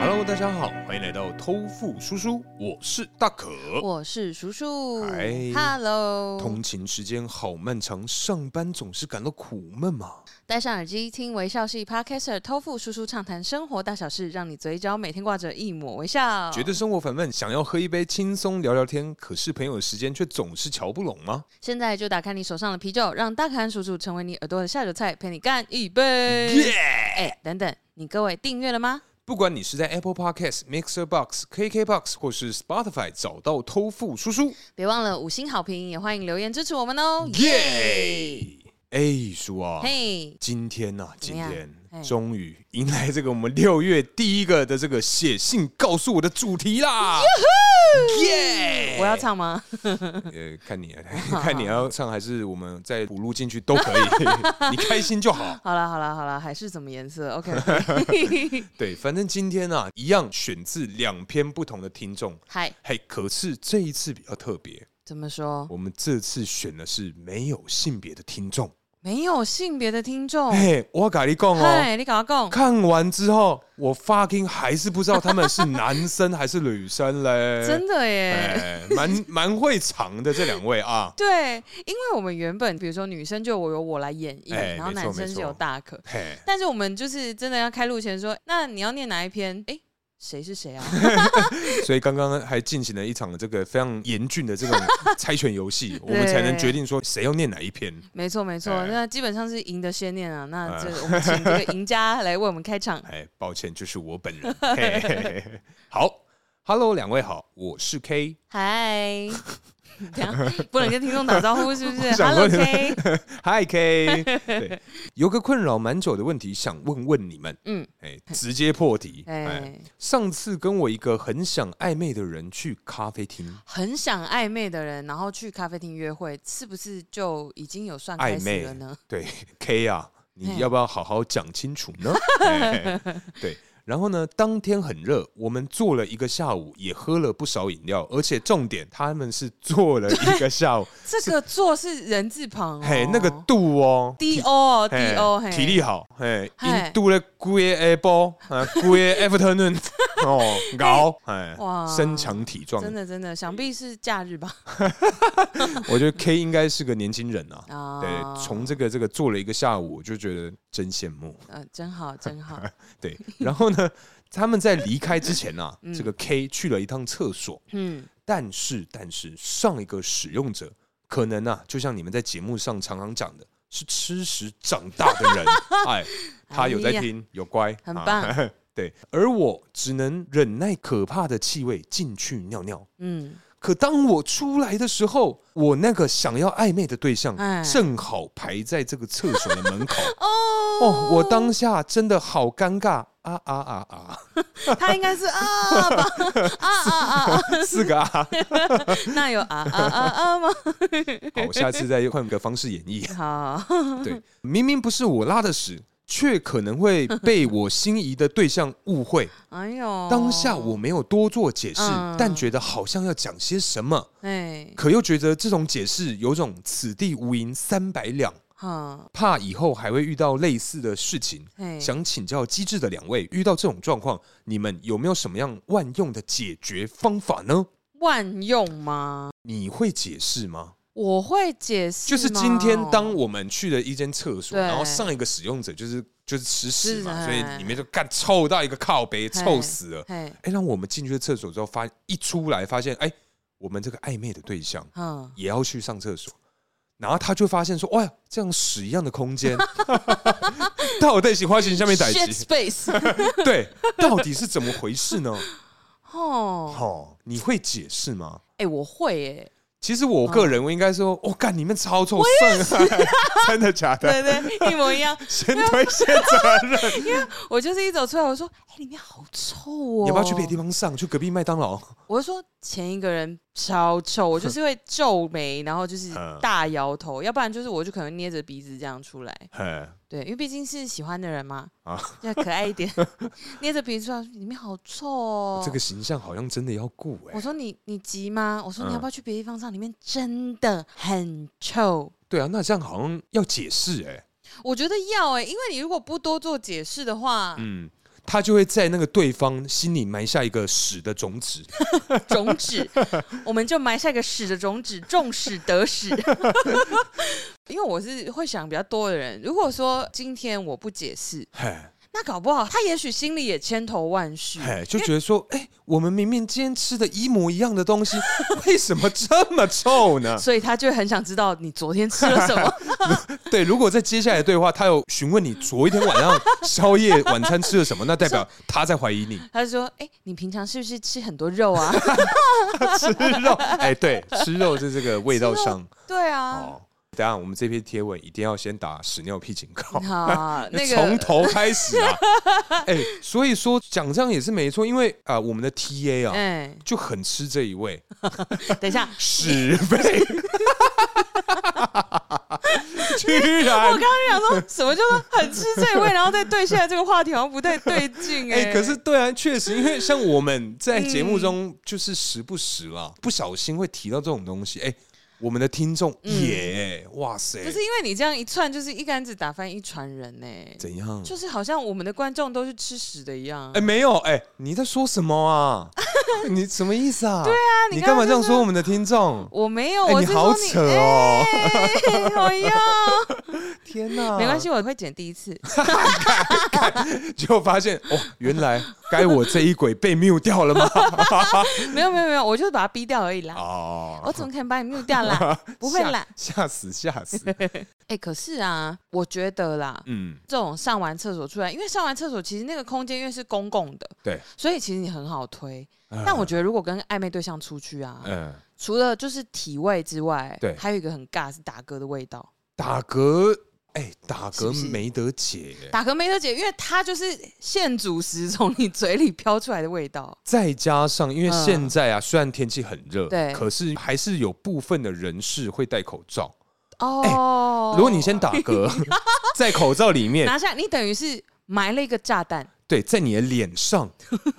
Hello，大家好，欢迎来到偷富叔叔，我是大可。我是叔叔嗨，Hello，通勤时间好漫长，上班总是感到苦闷嘛。戴上耳机听微笑系 Podcaster 偷富叔叔畅谈生活大小事，让你嘴角每天挂着一抹微笑。觉得生活烦闷，想要喝一杯轻松聊聊天，可是朋友的时间却总是瞧不拢吗？现在就打开你手上的啤酒，让大可汗叔叔成为你耳朵的下酒菜，陪你干一杯。耶、哎，等等，你各位订阅了吗？不管你是在 Apple Podcast、Mixer Box、KK Box 或是 Spotify 找到偷富叔叔，别忘了五星好评，也欢迎留言支持我们哦。耶！哎，叔啊，嘿，今天呐、今怎么样天嘿终于迎来这个我们六月第一个的这个写信告诉我的主题啦！耶我要唱吗？ 呃，看你啊，看你要唱还是我们再补录进去都 可以，你开心就好。好了好了好了，海是怎么颜色？OK， 对，反正今天啊，一样选自两篇不同的听众。嗨，嘿，可是这一次比较特别，怎么说？我们这次选的是没有性别的听众。没有性别的听众。嘿，我跟你讲哦，哦嗨，你搞讲。看完之后，我 fucking 还是不知道他们是男生还是女生 嘞。真的耶。哎，蛮蛮会藏的这两位啊。对，因为我们原本比如说女生就我由我来演绎，哎然后没错男生没是错有大可，嘿，但是我们就是真的要开录前说，那你要念哪一篇？哎、谁是 谁啊？所以刚刚还进行了一场这个非常严峻的这种猜拳游 戏，我们才能决定说谁要念哪一篇。没错没错，哎那基本上是赢得先念啊。那哎。这我们请这个赢家来为我们开场 哎，抱歉，就是我本人。嘿嘿嘿嘿好，Hello，两位好，我是 K。 嗨，等一下不能跟听众打招呼是不是想？Hello 问 K， Hi K，对，有个困扰蛮久的问题想问问你们，嗯，哎，直接破题，哎、哎，上次跟我一个很想暧昧的人去咖啡厅很想暧昧的人，然后去咖啡厅约会，是不是就已经有算开暧始昧了呢？，对 K 啊，你嘿要不要好好讲清楚 呢？哎对，然后呢，当天很热，我们坐了一个下午，也喝了不少饮料，而且重点他们是坐了一个下午，这个做是人字旁、哦，嘿，那个度哦 D O 体 D O 哦嘿嘿，体力好，嘿，嘿印度的龟 A 波， 啊，龟 afternoon 哦，搞，哎，哇身强体壮，真的真的，想必是假日吧？我觉得 K 应该是个年轻人 啊。啊，对，从这个这个坐了一个下午，我就觉得真羡慕。呃，真好真 好，对，然后呢，他们在离开之前啊， 嗯这个 K 去了一趟厕所，嗯，但是但是上一个使用者可能啊，就像你们在节目上常常讲的，是吃屎长大 的人，哎，他有在哎呀听，有乖，很啊 棒对，而我只能忍耐可怕的气味进去尿尿。嗯，可当我出来的时候，我那个想要暧昧的对象哎正好排在这个厕所的门口。 哦哦，我当下真的好尴尬啊啊啊啊！他应该是啊吧啊啊啊，啊四个啊，那有啊啊啊啊吗？好，我下次再换个方式演绎。好，对， 明明不是我拉的屎，却可能会被我心仪的对象误会。哎呦，当下我没有多做解释，嗯但觉得好像要讲些什么，哎，可又觉得这种解释有种此地无银三百两，哈，怕以后还会遇到类似的事情。哎，想请教机智的两位，遇到这种状况，你们有没有什么样万用的解决方法呢？万用吗？你会解释吗？我会解释吗，就是今天，当我们去了一间厕所，对然后上一个使用者就是就是吃屎嘛，是所以哎里面就干臭到一个靠背，臭死了。嘿，哎，让我们进去厕所之后，发一出来发现，哎，我们这个暧昧的对象嗯，也要去上厕所，然后他就发现说，哇，这样屎一样的空 间，到底喜花型下面逮 Shit 鸡， space，对，到底是怎么回事呢？ 哦，哦，你会解释吗？哎、我会哎、其实我个人，我应该说，我干、你们超臭，剩 真的假的？对对，一模一样。先推卸责任，我就是一走出来，我说：“哎、里面好臭哦！”你要不要去别的地？方上？去隔壁麦当劳？我就说前一个人超臭，我就是会皱眉，然后就是嗯大摇头，要不然就是我就可能捏着鼻子这样出来。嘿对，因为毕竟是喜欢的人嘛，啊啊，要可爱一 点，捏着鼻子出来，里面好臭哦。 这个形象好像真的要顾哎、我说你你急吗？我说嗯你要不要去别的地方上？里面真的很臭。对啊，那这样好像要解释哎、我觉得要哎、因为你如果不多做解释的话，嗯，他就会在那个对方心里埋下一个屎的种子。 种子，我们就埋下一个屎的种子，种屎得屎。 因为我是会想比较多的人，如果说今天我不解释，嘿，那搞不好他也许心里也千头万绪。嘿，就觉得说，哎、我们明明今天吃的一模一样的东西， 为什么这么臭呢？ 所以他就会很想知道你昨天吃了什么。 对，如果在接下来的对话，他有询问你昨一天晚上宵夜晚餐吃了什么，那代表他在怀疑你他就说：“哎、你平常是不是吃很多肉啊哦吃肉。 哎、对，吃肉在这个味道上？”对啊，哦。等一下，我们这篇贴文一定要先打屎尿屁警告。 好，那从个头开始啊！ 哎、所以说讲这样也是没错，因为啊、我们的 TA 啊、哎、就很吃这 一位等一 下，屎 味，居 然我刚刚想说什么，就是很吃这味，然后再对现在这个话题好像不太对劲哎、 哎、可是对啊，确实，因为像我们在节目中嗯就是时不时啦，不小心会提到这种东西。哎、我们的听众也、哇塞嗯可，是因为你这样一串，就是一竿子打翻一船人呢、怎样？就是好像我们的观众都是吃屎的一样。哎、没有，哎、你在说什 么啊？你什么意思啊？对啊，你你刚刚干嘛这样就说说我们的听众？我没有，哎、我你是说好你扯哦！ 哎好呀，天哪、没关系，，我会剪第一次。就发现哦，原来该我这一轨被 mute 掉了 吗？没有没有没有，我就是把它逼掉而已啦。我哦，怎么可能把你 mute 掉 啦？ 不会啦。吓，吓死 吓死！哎、可是啊，我觉得啦，嗯，这种上完厕所出来，因为上完厕所其实那个空间因为是公共的，对，所以其实你很好推。但我觉得如果跟暧昧对象出去啊，嗯，除了就是体味之外，对还有一个很尬是打嗝的味道。打嗝，哎、打是嗝不是没得解、打嗝没得解，因为它就是现煮时从你嘴里飘出来的味道。再加上，因为嗯现在啊，虽然天气很热，对可是还是有部分的人士会戴口罩。哦，哎如果你先打 嗝，在口罩里面，拿下，你等于是埋了一个炸弹，对，在你的脸 上，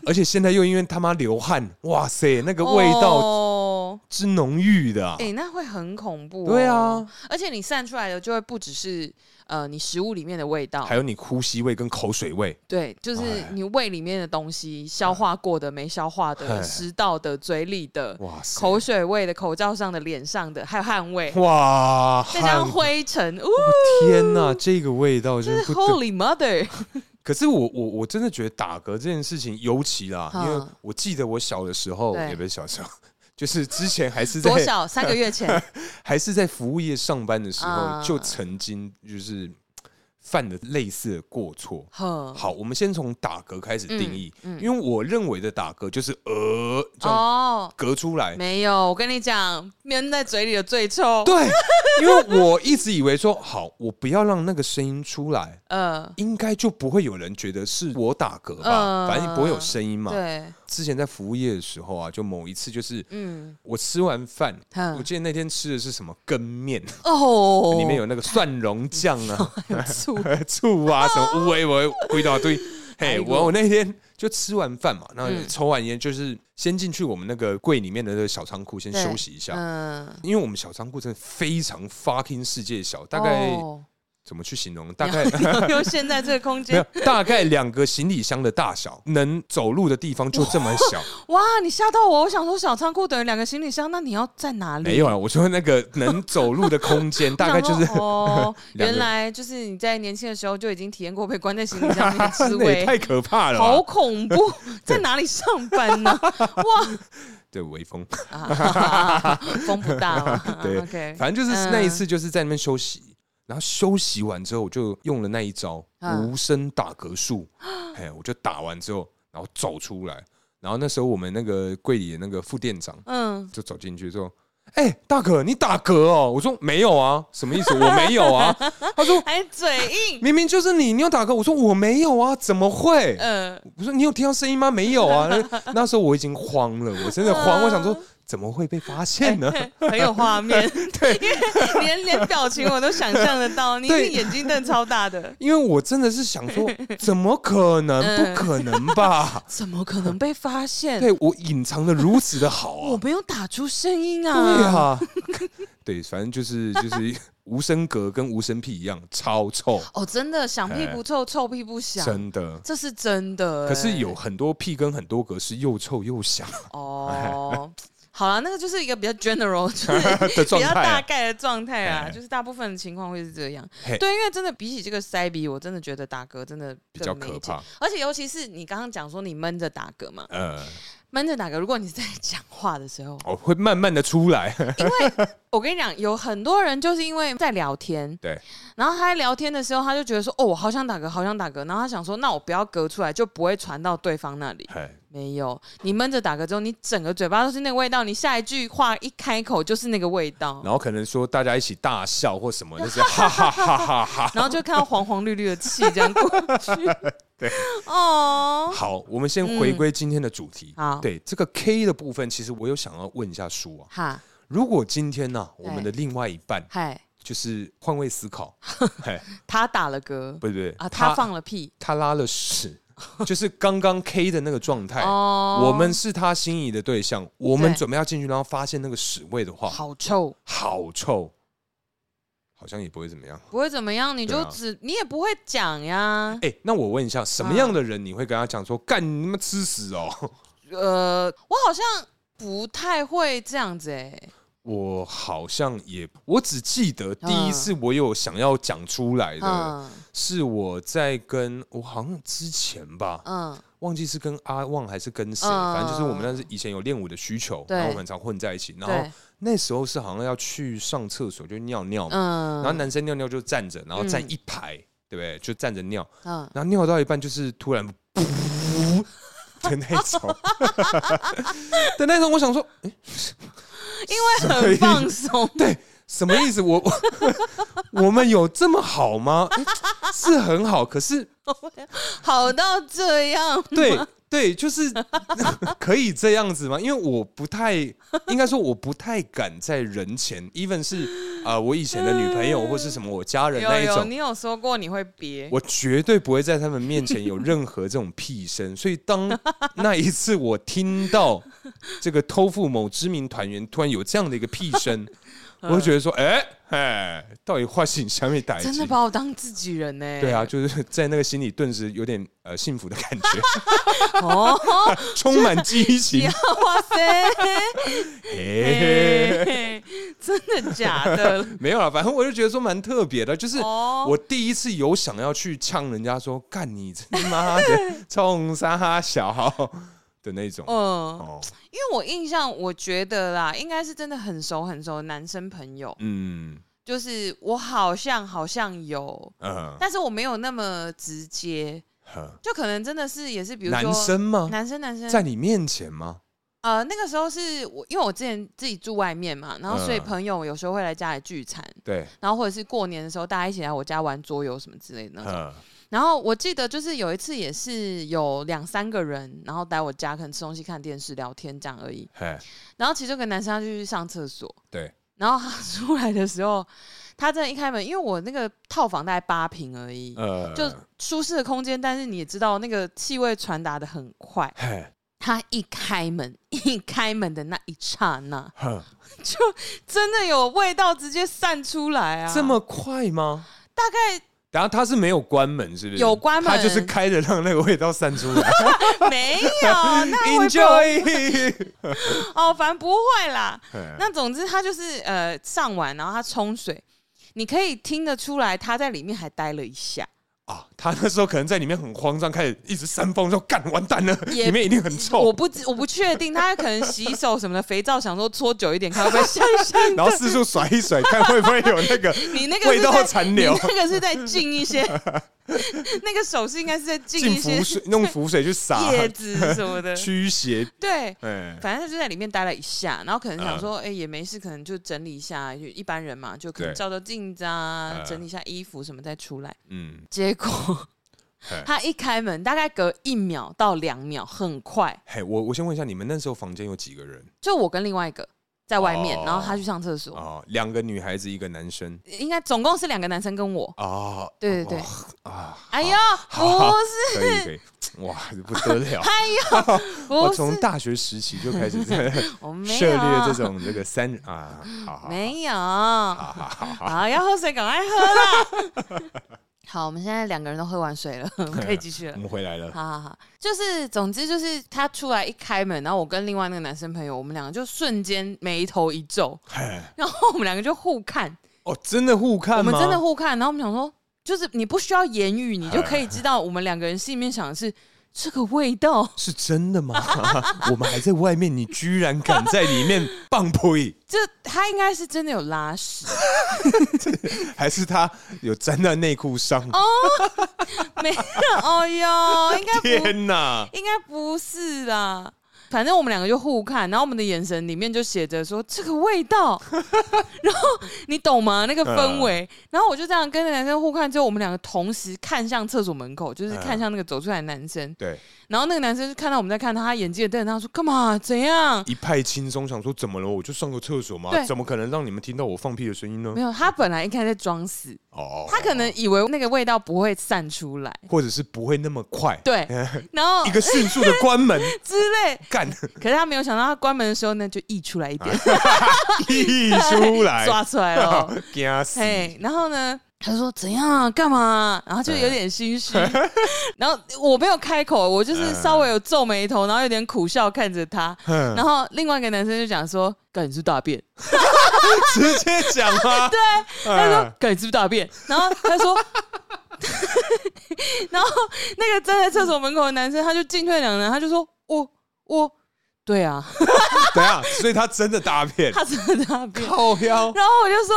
而且现在又因为他妈流汗，哇塞，那个味道哦之浓郁的、啊，哎、那会很恐怖、哦对啊，而且你散出来的就会不只是呃你食物里面的味道还，有哦哎你呼吸味跟口水味，对，就是你胃里面的东嗯西，消化过的、没消化哎的、食道的、嘴里的、哇塞，口水味的、口罩上的、脸上的，还有汗 味，哇，再加上汗灰尘， 哦，天哪，这个味道真这的是不得 Holy Mother！可是我我我真的觉得打嗝这件事情，尤其啦，因嗯为我记得我小的时候，对也不是小时候， 就是之前还是在多少三个月前， 还是在服务业上班的时候，啊就曾经就是犯了类似的过错。呵，好，我们先从打嗝开始定义，嗯嗯因为我认为的打嗝就是呃这样哦，嗝出来。没有，我跟你讲，闷在嘴里的最臭。对，因为我一直以为说好，我不要让那个声音出来，呃，应该就不会有人觉得是我打嗝吧，嗯反正不会有声音嘛。对，之前在服务业的时候啊，就某一次就是嗯，我吃完饭，嗯我记得那天吃的是什么羹面，哦，里面哎 有那个蒜蓉酱啊、醋 醋啊什么乌龟我一 大堆。哎嘿，呦我我那天就吃完饭嘛，然后嗯抽完烟，就是先进去我们那个柜里面的那个小仓库先对休息一下。嗯，因为我们小仓库真的非常 fucking 世界小，大概、哦 怎么去形容？大概有现在这个空 没有间，，大概两个行李箱的大小，能走路的地方就这么小。哇，你吓到我，我想说小仓库等于两个行李箱，那你要在哪里？没有啊，我说那个能走路的 空间我大想概说。就是，哦， 两原个来就是你在年轻的时候就已经体验过被关在行李箱里面滋那也味， 太可怕了啊好吧。恐 怖！在哪里上班呢？哇，对，微风，啊风不大哦。对 OK，反正嗯就是那一次就是在那边休息，然后休息完之后我就用了那一招嗯 无声打嗝术，哎，我就打完之后，然后走出来，然后那时候我们那个柜里的那个副店长嗯，就走进去说：“哎、大可，你打嗝哦？”我说：“没有啊，什么意思？我没有啊。”他说还哎嘴硬，：“明明就是你，你有打嗝。”我说：“我没有啊，怎么会？”嗯，我说：“你有听到声音吗？”没有啊。那那时候我已经慌了，我真的慌，嗯我想说怎么会被发现呢？ 很有画面， 对，连连表情我都想象得到，你一对定眼睛瞪超大的，因为我真的是想说，怎么可能？嗯不可能吧？怎么可能被发 现？对我隐藏的如此的好我 啊！没有打出声音啊，对啊， 对，反正就是就是无声格跟无声屁一样，超臭，哦，真的响屁不臭，臭屁不响，真的。这是真的欸、可是有很多屁跟很多格是又臭又响 哦。 好了，那个就是一个比 较 general，就是的比状较态大啊。概的状态啊，嘿就是大部分的情况会是这样嘿。对，因为真的比起这个塞鼻，我真的觉得打嗝真的比较更没可劲怕。而且尤其是你刚刚讲说你闷着打嗝嘛，呃，闷着打嗝，如果你在讲话的时候， 哦，会慢慢的出来。 我跟你讲，有很多人就是因为在聊天，对，然后他在聊天的时候，他就觉得说，哦，我好想打嗝，好想打嗝，然后他想说，那我不要嗝出来，就不会传到对方那里。哎，没有，你闷着打嗝之后，你整个嘴巴都是那个味道，你下一句话一开口就是那个味 道，然后可能说大家一起大笑或什么，那是哈哈哈哈哈。然后就看到黄黄绿绿的气这样 过去。对，哦，好，我们先回归今天的主题。嗯好对这个 K 的部分，其实我有想要问一下叔啊，哈，如果今天呢、我们对的另外一 半嗨，就是换位思 考，嘿他打了嗝不对不对啊，他放了屁他拉了 屎，就是刚刚 K 的那个状态。哦，哎我们是他心仪的对象，我们对准备要进去，然后发现那个屎味的话，好臭，好臭，好像也不会怎么样。不会怎么样，你对就啊只、你也不会讲呀，哎、那我问一下，什么样的人你会跟他讲说，干你他妈吃屎 哦？呃，我好像不太会这样子哎、我好像也，我只记得第一次我有想要讲出来的，嗯是我在跟我好像之前吧，嗯忘记是跟阿旺还是跟谁，嗯反正就是我们那是以前有练舞的需求，对然后我们很常混在一起。然后对那时候是好像要去上厕所，就尿尿嘛。嗯，然后男生尿尿就站着，然后站嗯一排，对不对？就站着尿，嗯然后尿到一半就是突然噗的那种， 的那种，我想说，诶因为很放松，对，什么意思？我 我我们有这么好吗？诶是很好，可是好到这样，对对，就是 可以这样子吗？因为我不太，应该说我不太敢在人前，even 是啊、呃我以前的女朋友或是什么我家人那有一有，种你。有说过你会憋，我绝对不会在他们面前有任何这种屁声，所以 当那一次我听到这个偷富某知名团员突然有这样的一个屁声， 我就觉得说，哎、哎，到底唤醒下面打一嗯真击的？把我当自己人欸呢、对啊，，就是在那个心里顿时有点呃幸福的感 觉， 哦，充满激情。 哇塞， 哎，嘿真的假的？ 嗯没有啦，反正我就觉得说蛮特别的，就是哦我第一次有想要去呛人家说干你他妈 的冲杀小的那种。嗯，哦，因为我印象，我觉得啦，应该是真的很熟很熟的男生朋友，嗯就是我好像好像有，呃，但是我没有那么直接，呵就可能真的是也是，比如说男生吗？男生男生在你面前吗？呃，那个时候是我，因为我之前自己住外面嘛，然后所以嗯朋友有时候会来家里聚餐，对，然后或者是过年的时候大家一起来我家玩桌游什么之类的那种。呃，然后我记得就是有一次也是有两三个人，然后来我家可能吃东西、看电视、聊天这样而已。嘿，然后其中一个男生他就去上厕所，对， 然后他出来的时候，他真的一开门，因为我那个套房大概八平而已，呃，就舒适的空间，但是你也知道那个气味传达的很快。嘿，他一开门，一开门的那一刹那，呵，就真的有味道直接散出来啊！这么快吗？大概然后他是没有关门，是不是？有关门他就是开着让那个味道散出来。没 有， 那会被我 Enjoy 哦，反正不会啦。嘿。那总之他就是呃上完，然后他冲水，你可以听得出来他在里面还待了一下。啊，他那时候可能在里面很慌张，开始一直扇风，说干完蛋了，也里面一定很我臭。不知我不确定，他可能洗手什么的，肥皂想说搓久一点，看会不会香香然后四处甩一甩，看会不会有那个 你那个是味道在残留你。那个是在浸一些， 那个手势应该是在浸进一些浮水，弄浮水去撒。叶子什么的 驱邪。对，哎，反正他就在里面待了一下，然后可能嗯想说，哎、也没事，可能就整理一下，就一般人嘛，就可能对照照镜子啊，嗯整理一下衣服什么再出来。嗯，结果嘿 他一开门，大概隔一秒到两秒，很快，嘿，我我先问一下，你们那时候房间有几个人就我跟另外一个在外面，哦然后他去上厕所，啊？两个女孩子，一个男生应该总共是两个男生跟我。啊。对对对哇啊，哎呦，不好好是，可以 可以，哇，不得了！我不是，从大学时期就开始我 没涉猎这有，种这个三啊，好好没有，好好好好，要喝水，赶快喝啦。 好，我们现在两个人都喝完水了，我 们可以继续了我。们回来了，好好好，就是总之就是他出来一开门，然后我跟另外那个男生朋友，我们两个就瞬间眉头一皱，嘿然后我们两个就互看，哦，真的互看我吗？们真的互看，然后我们想说，就是你不需要言语，你哎就可以知道我们两个人心里面想的是这个味道，是真的吗？ 我们还在外面，你居然敢在里面棒 呸？这他应该是真的有拉屎，还是他有沾到内裤上？哦没有，哎呦，应该不天哪！应该不是啦。反正我们两个就互看，然后我们的眼神里面就写着说这个味 道，然后你懂吗？那个嗯氛围。然后我就这样跟着男生互看之后，我们两个同时看向厕所门口，嗯就是看向那个走出来的男生。对，对然后那个男生就看到我们在看他，他眼睛也瞪着他说干嘛？怎样？一派轻松，想说怎么了？我就上个厕所嘛对，怎么可能让你们听到我放屁的声音呢没？有，他本来应该在装死，哦，他可能以为那个味道不会散出来，或者是不会那么快，对，然后哎一个迅速的关 门，之类。干可是他没有想到，他关门的时候呢，就溢出来一点，一出来， 抓出来了。 惊死！嘿，然后呢，他就说怎样啊干嘛啊、然后就有点心 虚。然后我没有开口，我嗯就是稍微有皱眉头，然后有点苦笑看着他。哼然后另外一个男生就讲说：“干你是不是大便。 直接讲嗯啊， 对，”他说：“干你是不是大便。” 然后他说。然后那个站在厕所门口的男生，他就进退两难，他就说：“我我对啊， 等一下，所以他真的大便，他真的大便。”靠腰，然后我就说：“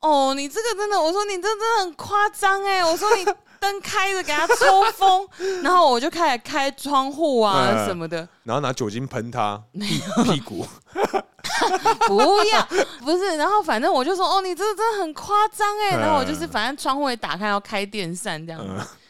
哦，你这个真的，我说你这真的很夸张哎，我说你灯开着给他抽风，然后我就开始开窗户啊嗯什么的，然后拿酒精喷他屁屁股， 不要，不是，然后反正我就说：哦，你这个真的很夸张嗯哎，然后我就是反正窗户也打开要开电扇这样子。”嗯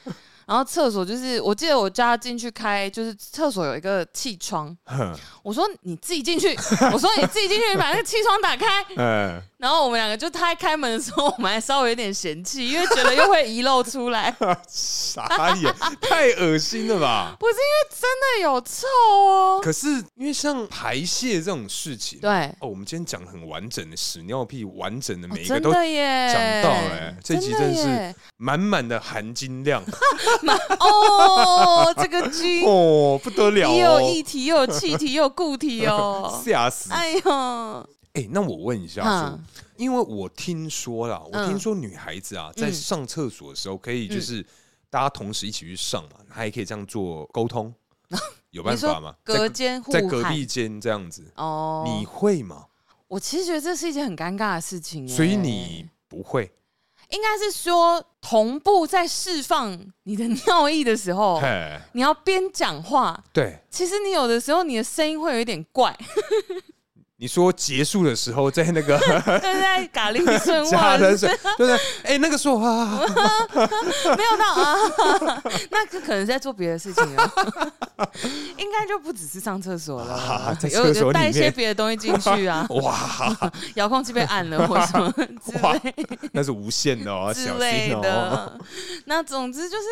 然后厕所就是，我记得我叫他进去开，就是厕所有一个气窗，哼我说你自己进去， 我说你自己进去把那个气窗打开，嗯，然后我们两个就他一开门的时候，我们还稍微有点嫌弃，因为觉得又会遗漏出 来，不 傻眼，太恶心了吧？是因为真的有臭哦。可是因为像排泄这种事情，对，哦，我们今天讲很完整的屎尿屁，完整的哦每一个真都的耶，讲到哎这集真是耶满满的含金 量哦，这 个 G 哦，不得了又有哦，液体，又有气体，又有固体 哦。吓死！哎、 哎呦，那我问一下嗯说，因为我听说啦，我嗯听说女孩子啊，在嗯上厕所的时候可以就是大家同时一起去上嘛，还可以这样做沟通，有办你法说吗？在隔间互在隔喊壁间这样子，哦，你会吗？我其实觉得这是一件很尴尬的事情耶，所以你不会，应该是说同步在释放你的 尿液的时候，嘿，你要边讲话。对。其实你有的时候你的声音会有一点 怪，你说结束的时候，在那个对不对？咖 喱顺加话冷水，就是哎，那个说啊，没有到啊， 那可可能是在做别的事情了， 应该就不只是上厕所了，啊在有厕所有里带一些面，别的东西进去啊 哇，遥控器被按了或什么之 哇类那是无限的哦，之小类心哦。的。那总之就是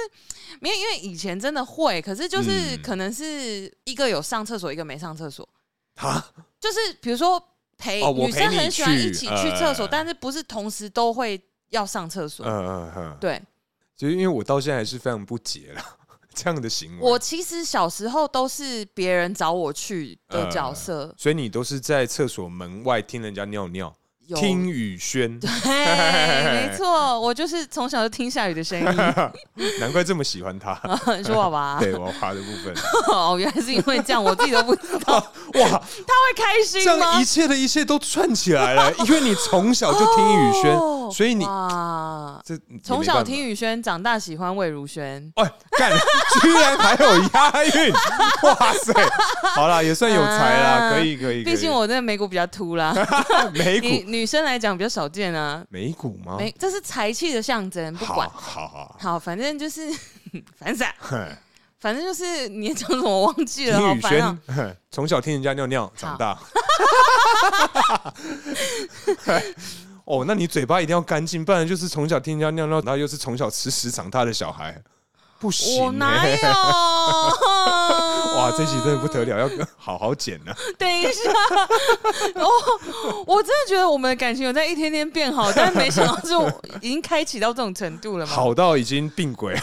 没有，因为以前真的会，可是就是嗯可能是一个有上厕所，一个没上厕所，啊，就是比如说陪哦我女陪生你很喜欢一去起去厕所，呃但是不是同时都会要上厕所。嗯嗯嗯，对就是因为我到现在还是非常不解了这样的行为。我其实小时候都是别人找我去的角色，呃所以你都是在厕所门外听人家尿尿，有听雨轩，对，没错，我就是从小就听下雨的声音。 难怪这么喜欢他。你说爸爸，对，我花的部 分，哦，原来是因为这样，我自己都不知 道。哦哇，他会开心这吗样一？切的一切都串起 来了，因为你从小就听雨轩，哦所以你哇，这从小听雨。雨轩，长大喜欢魏如萱。哎，干， 居然还有押 韵！哇塞，好啦，也算有才啦，啊可以可以。可以毕竟我那美股比较秃啦， 美女股，女生来讲比较少见啊。美股吗？没，这是才气的象征，不好管。好好，好，反正就是， 反正哼反正就是，你也讲什么我忘记了，好听雨烦轩啊！哼从小听人家尿尿长大。 哦，那你嘴巴一定要干净，不然就是从小听人家尿尿，然后又是从小吃屎长大的小孩，不行、我哪 欸。有？哇哇，欸 这集真的不得了，要好好剪啊 呢、等一下，我我真的觉得我们的感情有在一天天变好，但没想到是我已经开启到这种程度了嘛，好到已经病鬼了。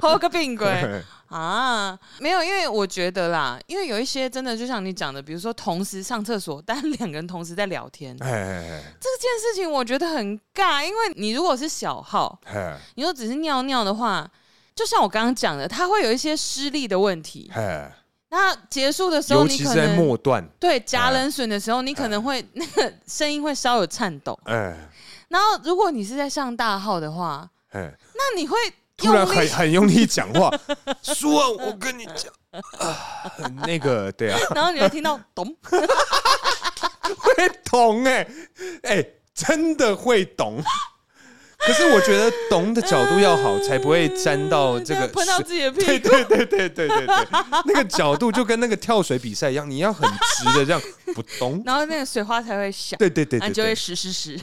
好个病 鬼啊！没有，因为我觉得啦，因为有一些真的就像你讲的，比如说同时上厕所，但两个人同时在聊天，这哎件事情我觉得很尬，因为你如果是小号，哎你说只是尿尿的话。就像我刚刚讲的，他会有一些失力的问题。哎，那结束的时候，尤你其可是在能末段，对夹冷水的时候，你可能会那个声音会稍有颤抖。哎然后如果你是在上大号的话，哎，那你会突然用很 力， 很用力讲话，叔啊，我跟你讲，啊那个对啊，然后你会听到咚。会懂哎、哎、真的会懂。可是我觉得懂的角度要好，才不会沾到这个嗯 喷到水自己的屁对股对对对对对对，那个角度就跟那个跳水比赛一样，你要很直的这样，不懂。然后那个水花才会响，对对对然后对你就会 对，实实实。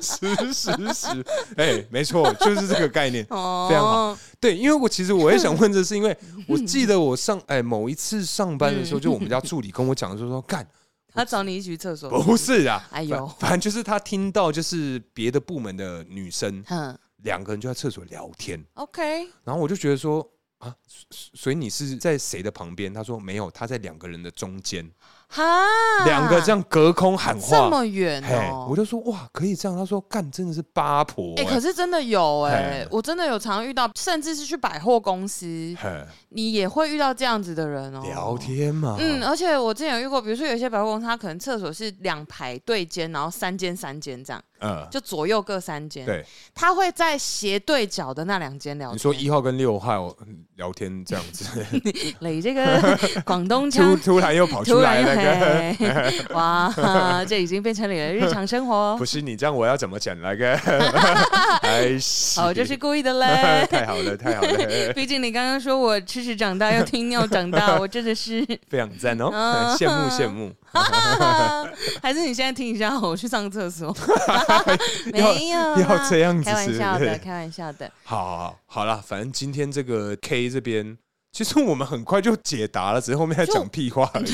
实实实，哎，没错，就是这个概念。哦非常好，对，因为我其实我也想问，这是因为我记得我上哎某一次上班的时候，就我们家助理跟我讲，就说干他找你一起去厕所。不是啊，哎呦反反正就是他听到就是别的部门的女生嗯两个人就在厕所聊天， ，OK，然后我就觉得说啊，所所以你是在谁的旁边？他说没有，他在两个人的中间，哈，两个这样隔空喊啊这话，么远嘿，我哦。就说哇，可以这样。他说干，真的是八婆、哎，哎可是真的有哎嘿，我真的有常遇到，甚至是去百货公司，嘿你也会遇到这样子的人哦。聊天嘛，嗯，而且我之前有遇过，比如说有一些百货公司，它可能厕所是两排对间，然后三间三间这样，嗯，就左右各三间。，对。他会在斜对角的那两间聊天。你说一号跟六号聊天这样 子， 磊这个广东突腔。突然又跑突出来然那个，又嘿，哇，这已经变成你的日常生活 不，是你这样，我要怎么讲 那个？哎，哦，这是故意的嘞。 太好了，太好了， 毕竟你刚刚说我吃屎长大，又听尿长大，我真的 是，非常赞哦， 嗯 羡慕羡慕。还是你现在听一下，我去上厕 所。要没有啦，要这样子开玩是笑不的，是？开玩笑的。好好好好啦，反正今天这个 K 这边，其实我们很快就解答了，只是后面在讲屁话 而已，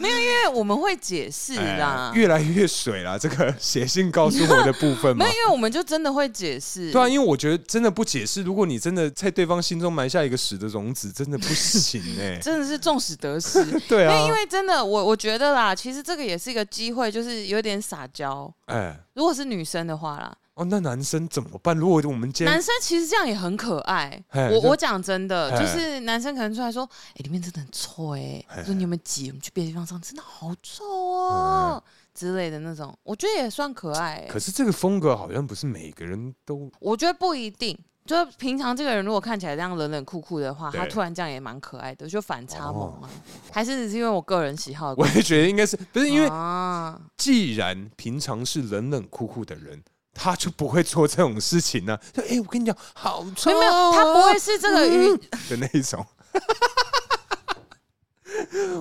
因哎为我们会解释啦，哎越来越水啦。这个写信告诉我的部 分没嘛有，。因为我们就真的会解释。对啊，因为我觉得真的不解释，如果你真的在对方心中埋下一个屎的种子，真的不行哎、 真的是纵使得失。对因啊，为因为真的，我我觉得啦，其实这个也是一个机会，就是有点撒娇。哎如果是女生的话啦，哦，那男生怎么办？如果我们今男天生其实这样也很可爱。嘿我就我讲真的，嘿就是男生可能出来说：“哎，里面真的很臭哎。”说你有没有挤？我们去别的地方上，真的好臭嗯哦之类的那种，我觉得也算可爱欸。可是这个风格好像不是每个人都我觉得不一定。就是平常这个人如果看起来这样冷冷酷酷的话，对哦他突然这样也蛮可爱的，就反差萌啊。还是只是因为我个人喜好的我关系？也觉得应该是不是因为，啊，既然平常是冷冷酷酷的人，他就不会做这种事情呢、 就哎、我跟你讲，好臭、没啊，有没有，他不会是这嗯个语，的那一种。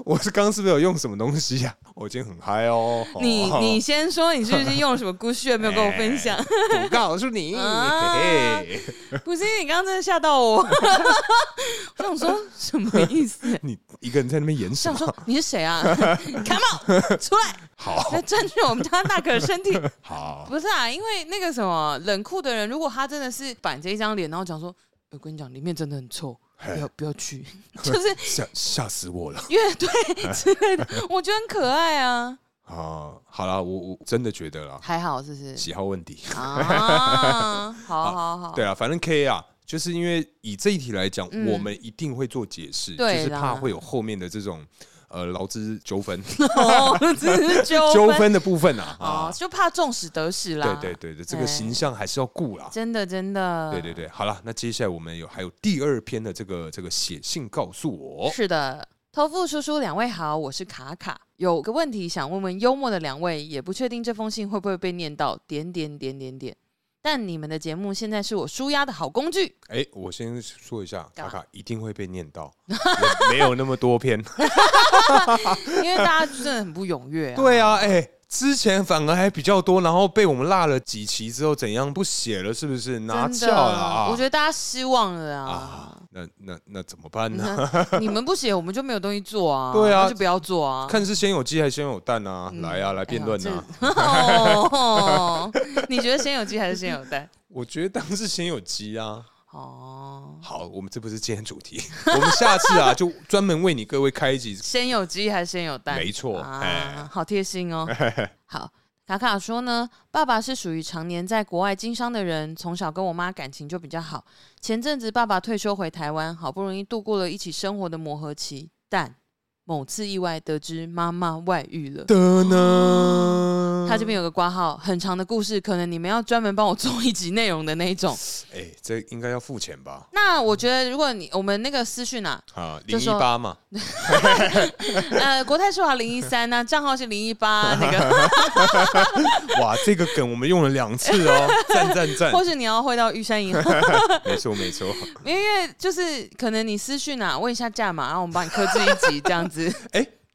我是刚刚是不是有用什么东西呀、我今天很嗨哦。你哦哎你先说，你是不是用了什么故事没有跟我分享？我告诉你，啊嘿嘿 不是，你刚刚真的吓到我， 我想说什么意思？你一个人在那边演什想么？说你是谁啊 ？Come on，出 来，好来占据我们家大可身体。好，不是啊，因为呃那个什么冷酷的人，如果他真的是板着一张脸，然后讲说，我跟你讲，里面真的很臭，不嘿要不要 去，就是吓吓死我了乐队 之类的，我觉得很可爱啊。啊！好啦，我我真的觉得啦，还好是不是？喜好问题。 啊，好好好，对啊，反正 K 啊，就是因为以这一题来讲，嗯我们一定会做解释，就对是啦怕会有后面的这种呃劳资纠纷 哦，只是 纠纠纷的部分啊哦啊，，就怕纵使得失啦。对对，对对，这个哎形象还是要顾啦。真的真的，对对对，好了，那接下来我们有还有第二篇的这个这个写信告诉我，是的，头父叔叔两位好，我是卡卡，有个问题想问问幽默的两位，也不确定这封信会不会被念到，点点点点点。但你们的节目现在是我舒压的好工 具，哎、我先说一下，干卡嘛卡一定会被念到，没有那么多篇。啊因为大家真的很不踊跃、啊。对啊，哎、之前反而还比较多，然后被我们落了几期之后，怎样不写了？是不是拿真翘的，了啊？我觉得大家失望了啊啊！，那那那怎么办呢？那 你们不写，我们就没有东西做啊。 对啊那就不要做啊。看是先有鸡还是先有蛋啊？嗯来啊，来辩论啊！！哎呀这 哦，你觉得先有鸡还是先有蛋？我觉得当然是先有鸡啊。哦，好，我们这不是今天主题，我们下次啊就专门为你各位开 一集。先有鸡还是先有蛋？没错哎啊，好贴心 哦。好，卡卡说呢，爸爸是属于常年在国外经商的人，从小跟我妈感情就比较好。前阵子爸爸退休回台湾，好不容易度过了一起生活的磨合期，但某次意外得知妈妈外遇了。的呢？他这边有个挂号，很长的故事，可能你们要专门帮我做一集内容的那一 种。哎、这应该要付钱吧？那我觉得，如果你我们那个私讯啊，啊，就零一说八嘛，呃，国泰世华零一三啊，账号是零一八那 个，哇，这个梗我们用了两次哦，赞赞赞或，是你要汇到玉山银行，没错没错。因为就是可能你私讯啊，问一下价码，然后我们帮你克制一集这样 子。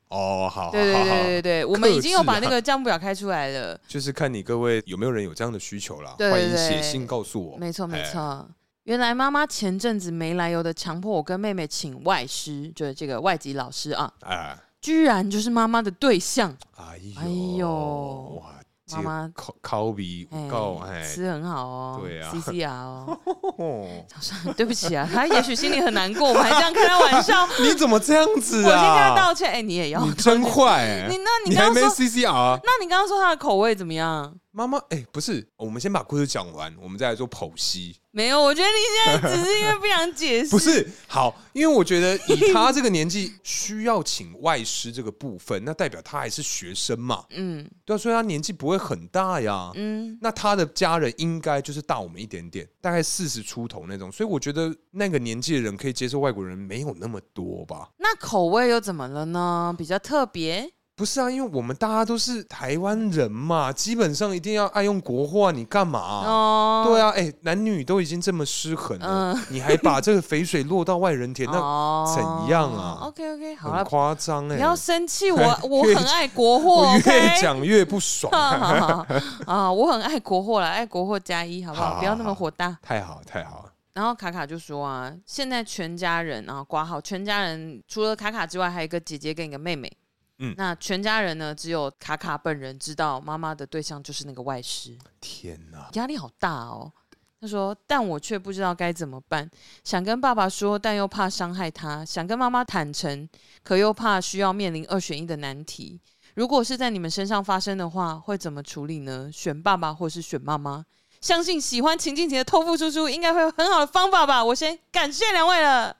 哦，好，好对对好对好对对对，我们已经有把克制那啊个账目表开出来了，就是看你各位有没有人有这样的需求啦，对对欢迎对写信告诉我。没错没哎错。原来妈妈前阵子没来由的强迫我跟妹妹请外师，就是这个外籍老师啊，哎，居然就是妈妈的对象。哎呦，哎呦哇，这妈妈考考比哎告哎，吃很好哦，对啊 c C R 哦，哦他说对不起啊，他也许心里很难过，我们还这样开他玩 笑，我你怎么这样先子跟他啊？道歉，哎，你也要你，真坏 哎！你那你你还刚没刚说， CCR，那你刚刚说他的口味怎么样？啊妈妈哎，不是，我们先把故事讲完，我们再来做剖析。没有，我觉得你现在只是因为不想解释， 不是好，因为我觉得以他这个年纪需要请外师这个 部分，那代表他还是学生嘛，嗯对啊，所以他年纪不会很大呀。嗯，那他的家人应该就是大我们一点点，大概四十出头那种，所以我觉得那个年纪的人可以接受外国人没有那么多吧？那口味又怎么了呢？比较特别，不是啊，因为我们大家都是台湾人嘛，基本上一定要爱用国话，你干嘛、哦，对啊，哎、男女都已经这么失衡了，嗯你还把这个肥水落到外人 田，那哦怎样啊？OK OK，好很了，夸张不哎、要生气，我 我越很爱国货 我越，OK。讲越不爽，啊 啊！我很爱国货了，爱国货加一，好不好好？好不要那么火大。太好太好了，然后卡卡就说啊，现在全家人啊，挂号，全家人除了卡卡之外，还有一个姐姐跟一个妹妹。嗯嗯，那全家人呢，只有卡卡本人知道妈妈的对象就是那个外师，天哪，压力好大哦。他说：“但我却不知道该怎么办，想跟爸爸说，但又怕伤害他；想跟妈妈坦诚，可又怕需要面临二选一的难题。如果是在你们身上发生的话，会怎么处理呢？选爸爸或是选妈妈？相信喜欢情境题的偷富叔叔应该会有很好的方法吧。我先感谢两位了。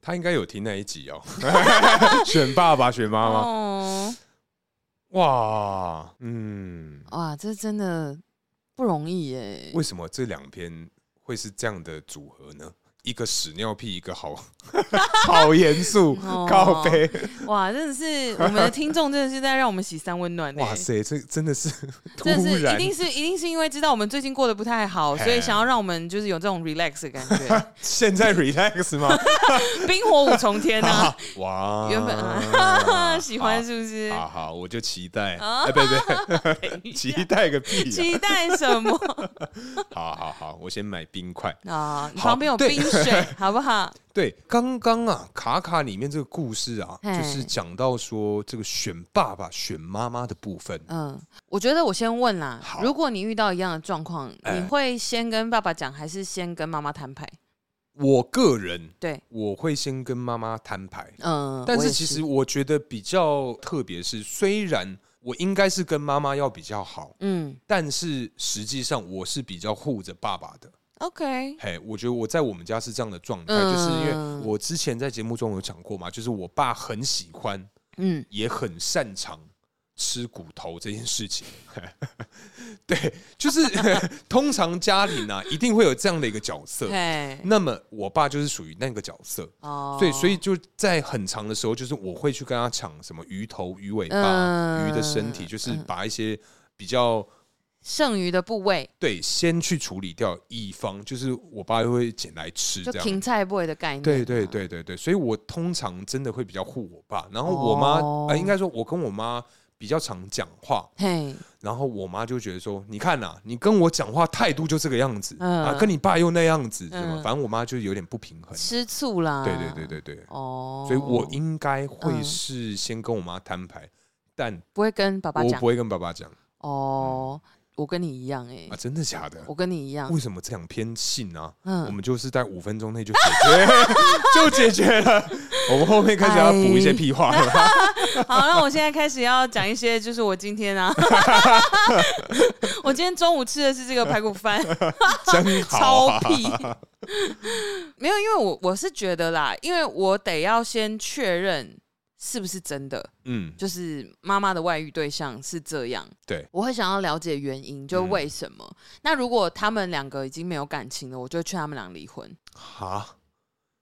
他应该有听那一集哦，哦 选爸爸选妈妈，哦，哇，嗯。哇，这真的不容易耶。为什么这两篇会是这样的组合呢？一个屎尿屁，一个好 好严肃，哦靠背，哇，真的是我们的听众，真的是在让我们喜三温 暖欸耶。哇塞，这真的是 突真的是一然定是一定是因为知道我们最近过得不太好，嘿所以想要让我们就是有这种 relax 的感 觉，现在 relax 吗？啊冰火五重天 呐、哇，原本啊， 喜欢是不是？好好好，我就期待，啊哎，不 对，期待个屁期待什么啊！好好好，我先买冰块。 啊？你好旁边有对冰水，好不 好？对，刚刚啊，卡卡里面这个故事啊，嘿就是讲到说这个选爸爸、选妈妈的部分。嗯，我觉得我先问啦好，如果你遇到一样的状况，哎你会先跟爸爸讲，还是先跟妈妈摊牌？我个人对，我会先跟妈妈摊牌，嗯，但我是也其实，我觉得比较特别是，虽然我应该是跟妈妈要比较好，嗯但是实际上我是比较护着爸爸的。 ，OK，嘿，我觉得我在我们家是这样的状态，嗯就是因为我之前在节目中有讲过嘛，就是我爸很喜欢，嗯，也很擅长吃骨头这件事情。 对，就是 通常家里呢、一定会有这样的一个角色。嘿，那么我爸就是属于那个角色，哦，所以所以就在很长的时候，就是我会去跟他抢什么鱼头、鱼尾巴、嗯鱼的身体，就是把一些比较剩余的部位对先去处理掉，以防就是我爸会捡来吃就这芹样。菜 boy 的概念，对对，对对对，所以我通常真的会比较护我爸，然后我妈、哦呃，应该说我跟我妈比较常讲话，嘿，然后我妈就觉得说，你看呐、你跟我讲话态度就这个样子、嗯啊，跟你爸又那样子，什么、嗯反正我妈就有点不平衡。吃醋啦，对对对，对对，哦，所以我应该会嗯是先跟我妈摊牌，但不会跟爸爸我讲嗯不，会跟爸爸讲哦，我跟你一样哎啊，，真的假的？我跟你一样为，什么这样偏信呢、啊嗯我们就是在五分钟内就解 决，就解决了。我们后面开始要补一些屁话 了。好，那我现在开始要讲一些，就是我今天 啊，我今天中午吃的是这个排骨饭，真 好超啊！屁。没有，因为我我是觉得啦，因为我得要先确认是不是真的，嗯，就是妈妈的外遇对象是这样，对，嗯我会想要了解原因，就为什么。那如果他们两个已经没有感情了，我就劝他们俩离婚。哈，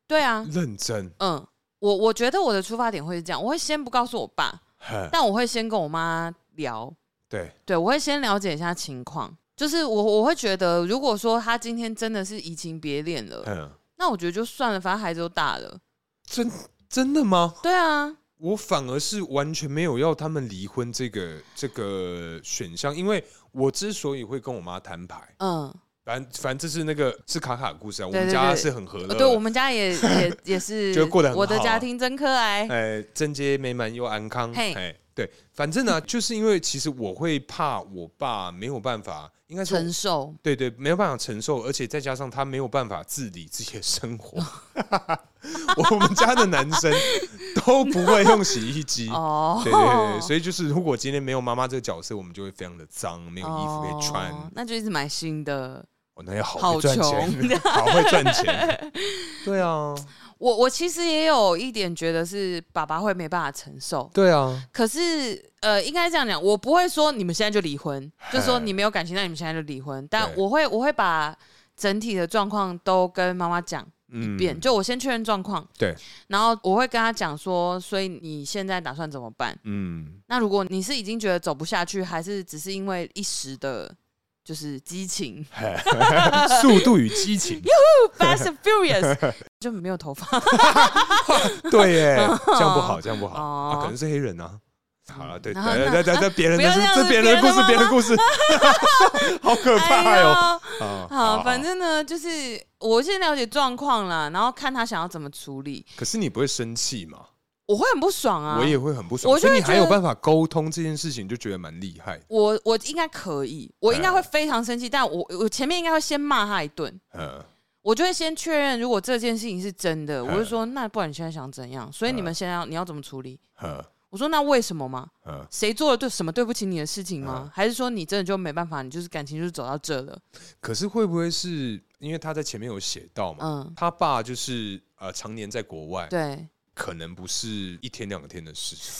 对啊，认真，嗯，我我觉得我的出发点会是这样，我会先不告诉我爸，嘿但我会先跟我妈聊，对，对，我会先了解一下情况。就是我我会觉得，如果说他今天真的是移情别恋了，嗯，那我觉得就算了，反正孩子都大了。真真的吗？对啊，我反而是完全没有要他们离婚这个这个选项，因为我之所以会跟我妈摊牌，嗯，反反正这是那个是卡卡的故事啊，我对们对家对是很和乐呃的，对我们家也也也是， 就过得很我的好啊家庭真可爱。哎，贞洁美满又安康，嘿哎，对，反正呢、就是因为其实我会怕我爸没有办法，应该承是受，对对，没有办法承受，而且再加上他没有办法自理自己的生活。 我们家的男生都不会用洗衣机。 哦，对对对对，所以就是如果今天没有妈妈这个角色，我们就会非常的脏，没有衣服可以穿，哦哦，那就一直买新的。那也好好会赚钱， 好会赚钱，对啊，我我其实也有一点觉得是爸爸会没办法承受，对啊，可是呃，应该这样讲，我不会说你们现在就离婚，就说嘿你没有感情，那你们现在就离婚。但对我会我会把整体的状况都跟妈妈讲嗯 一遍，就我先确认状况，对，然后我会跟她讲说，所以你现在打算怎么办？嗯，那如果你是已经觉得走不下去，还是只是因为一时的，就是激情 嗯速度与激情， ，Fast and Furious 就没有头发， 对耶，这样不好，这样不好，嗯哦嗯啊、可能是黑人啊。好了，对，然后对呢啊对对对，别人不要的是这样这子别人的故事，别别人人的故事， 好可怕哟！哎呦！啊好，反正呢，就是我先了解状况啦，然后看他想要怎么处理。可是你不会生气嘛？我会很不爽啊，我也会很不爽，我就所以会你还觉有得办法沟通这件事情，就觉得蛮厉害的。我我应该可以，我应该哎会非常生气，但我我前面应该会先骂他一顿。嗯，我就会先确认，如果这件事情是真的，我哎就说，那不然你现在想怎样？所以你们现在要你要怎么处理？嗯我说那为什么吗？嗯，谁做了对什么对不起你的事情哎吗？还是说你真的就没办法，你就是感情就是走到这了？可是会不会是因为他在前面有写到嘛？嗯，他爸就是呃，常年在国外，对可能不是一天两天的事情。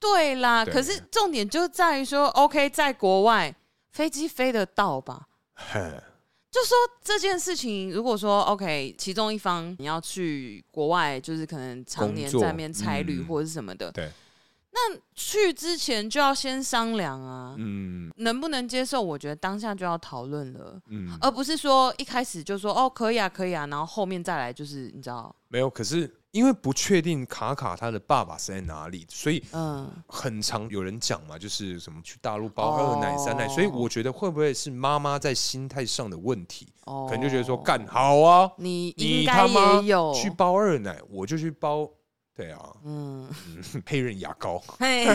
对啦。对可是重点就在于说，OK，在国外飞机飞得到吧？嘿就说这件事情，如果说 OK，其中一方你要去国外，就是可能常年工作在那边差旅嗯或者是什么的，对，去之前就要先商量啊，嗯能不能接受？我觉得当下就要讨论了。嗯，而不是说一开始就说哦可以啊可以啊，然后后面再来就是你知道，没有，可是因为不确定卡卡他的爸爸是在哪里，所以嗯，很常有人讲嘛，就是什么去大陆包二奶三奶，哦所以我觉得会不会是妈妈在心态上的问题，哦可能就觉得说干好啊，你应你该他妈也有去包二奶，我就去包。对啊， 嗯，黑人牙 膏嘿，我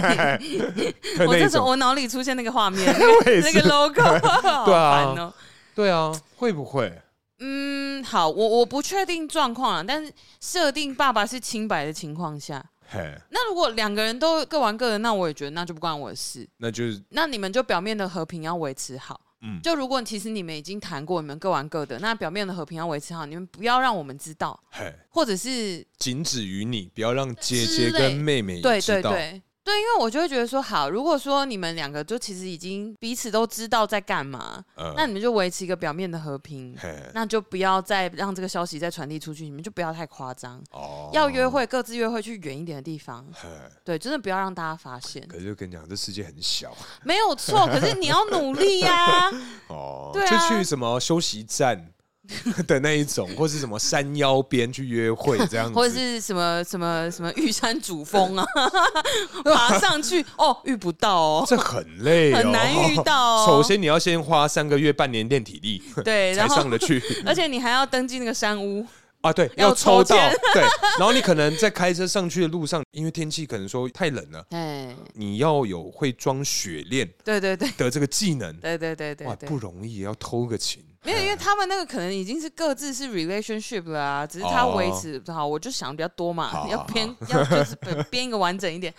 那这一时候种，我脑里 出现那个画面，那个也 那个 logo，好对啊烦哦对啊，会不会？嗯，好，我我不确定状况啊，但是设定爸爸是清白的情况下，嘿，那如果两个人都各玩各的，那我也觉得那就不关我的事。那就是那你们就表面的和平要维持好。嗯就如果其实你们已经谈过，你们各玩各的，那表面的和平要维持好，你们不要让我们知道，嘿，或者是仅止于你，不要让姐之姐类跟妹妹对对知道。对对，因为我就会觉得说，好，如果说你们两个就其实已经彼此都知道在干嘛，嗯那你们就维持一个表面的和平，嘿，那就不要再让这个消息再传递出去，你们就不要太夸张。哦，要约会，各自约会去远一点的地 方，嘿，对，真的不要让大家发现，可是就跟你讲，这世界很小没有错。可是你要努力 呀、哦，对啊就去什么休息站 的那一种，或是什么山腰边去 约会这样子，或者是什么什么什么玉山主峰啊， 爬上去哦，遇不到哦，这很累、哦，很难遇到哦 首先你要先花三个月、半年练体力，对， 才然后上得去而且你还要登记那个山 屋，啊。对， 要要抽抽到签对，然后你可能在开车上去的路上，因为天气可能说太冷了，哎，你要有会装雪链对对对的这个技能，对对对对哇，对不，容易，要偷个情。没有，因为他们那个可能已经是各自是 relationship 了啊，只是他维持好，我就想比较多嘛哦 好，要编要就是编 编一个完整一点。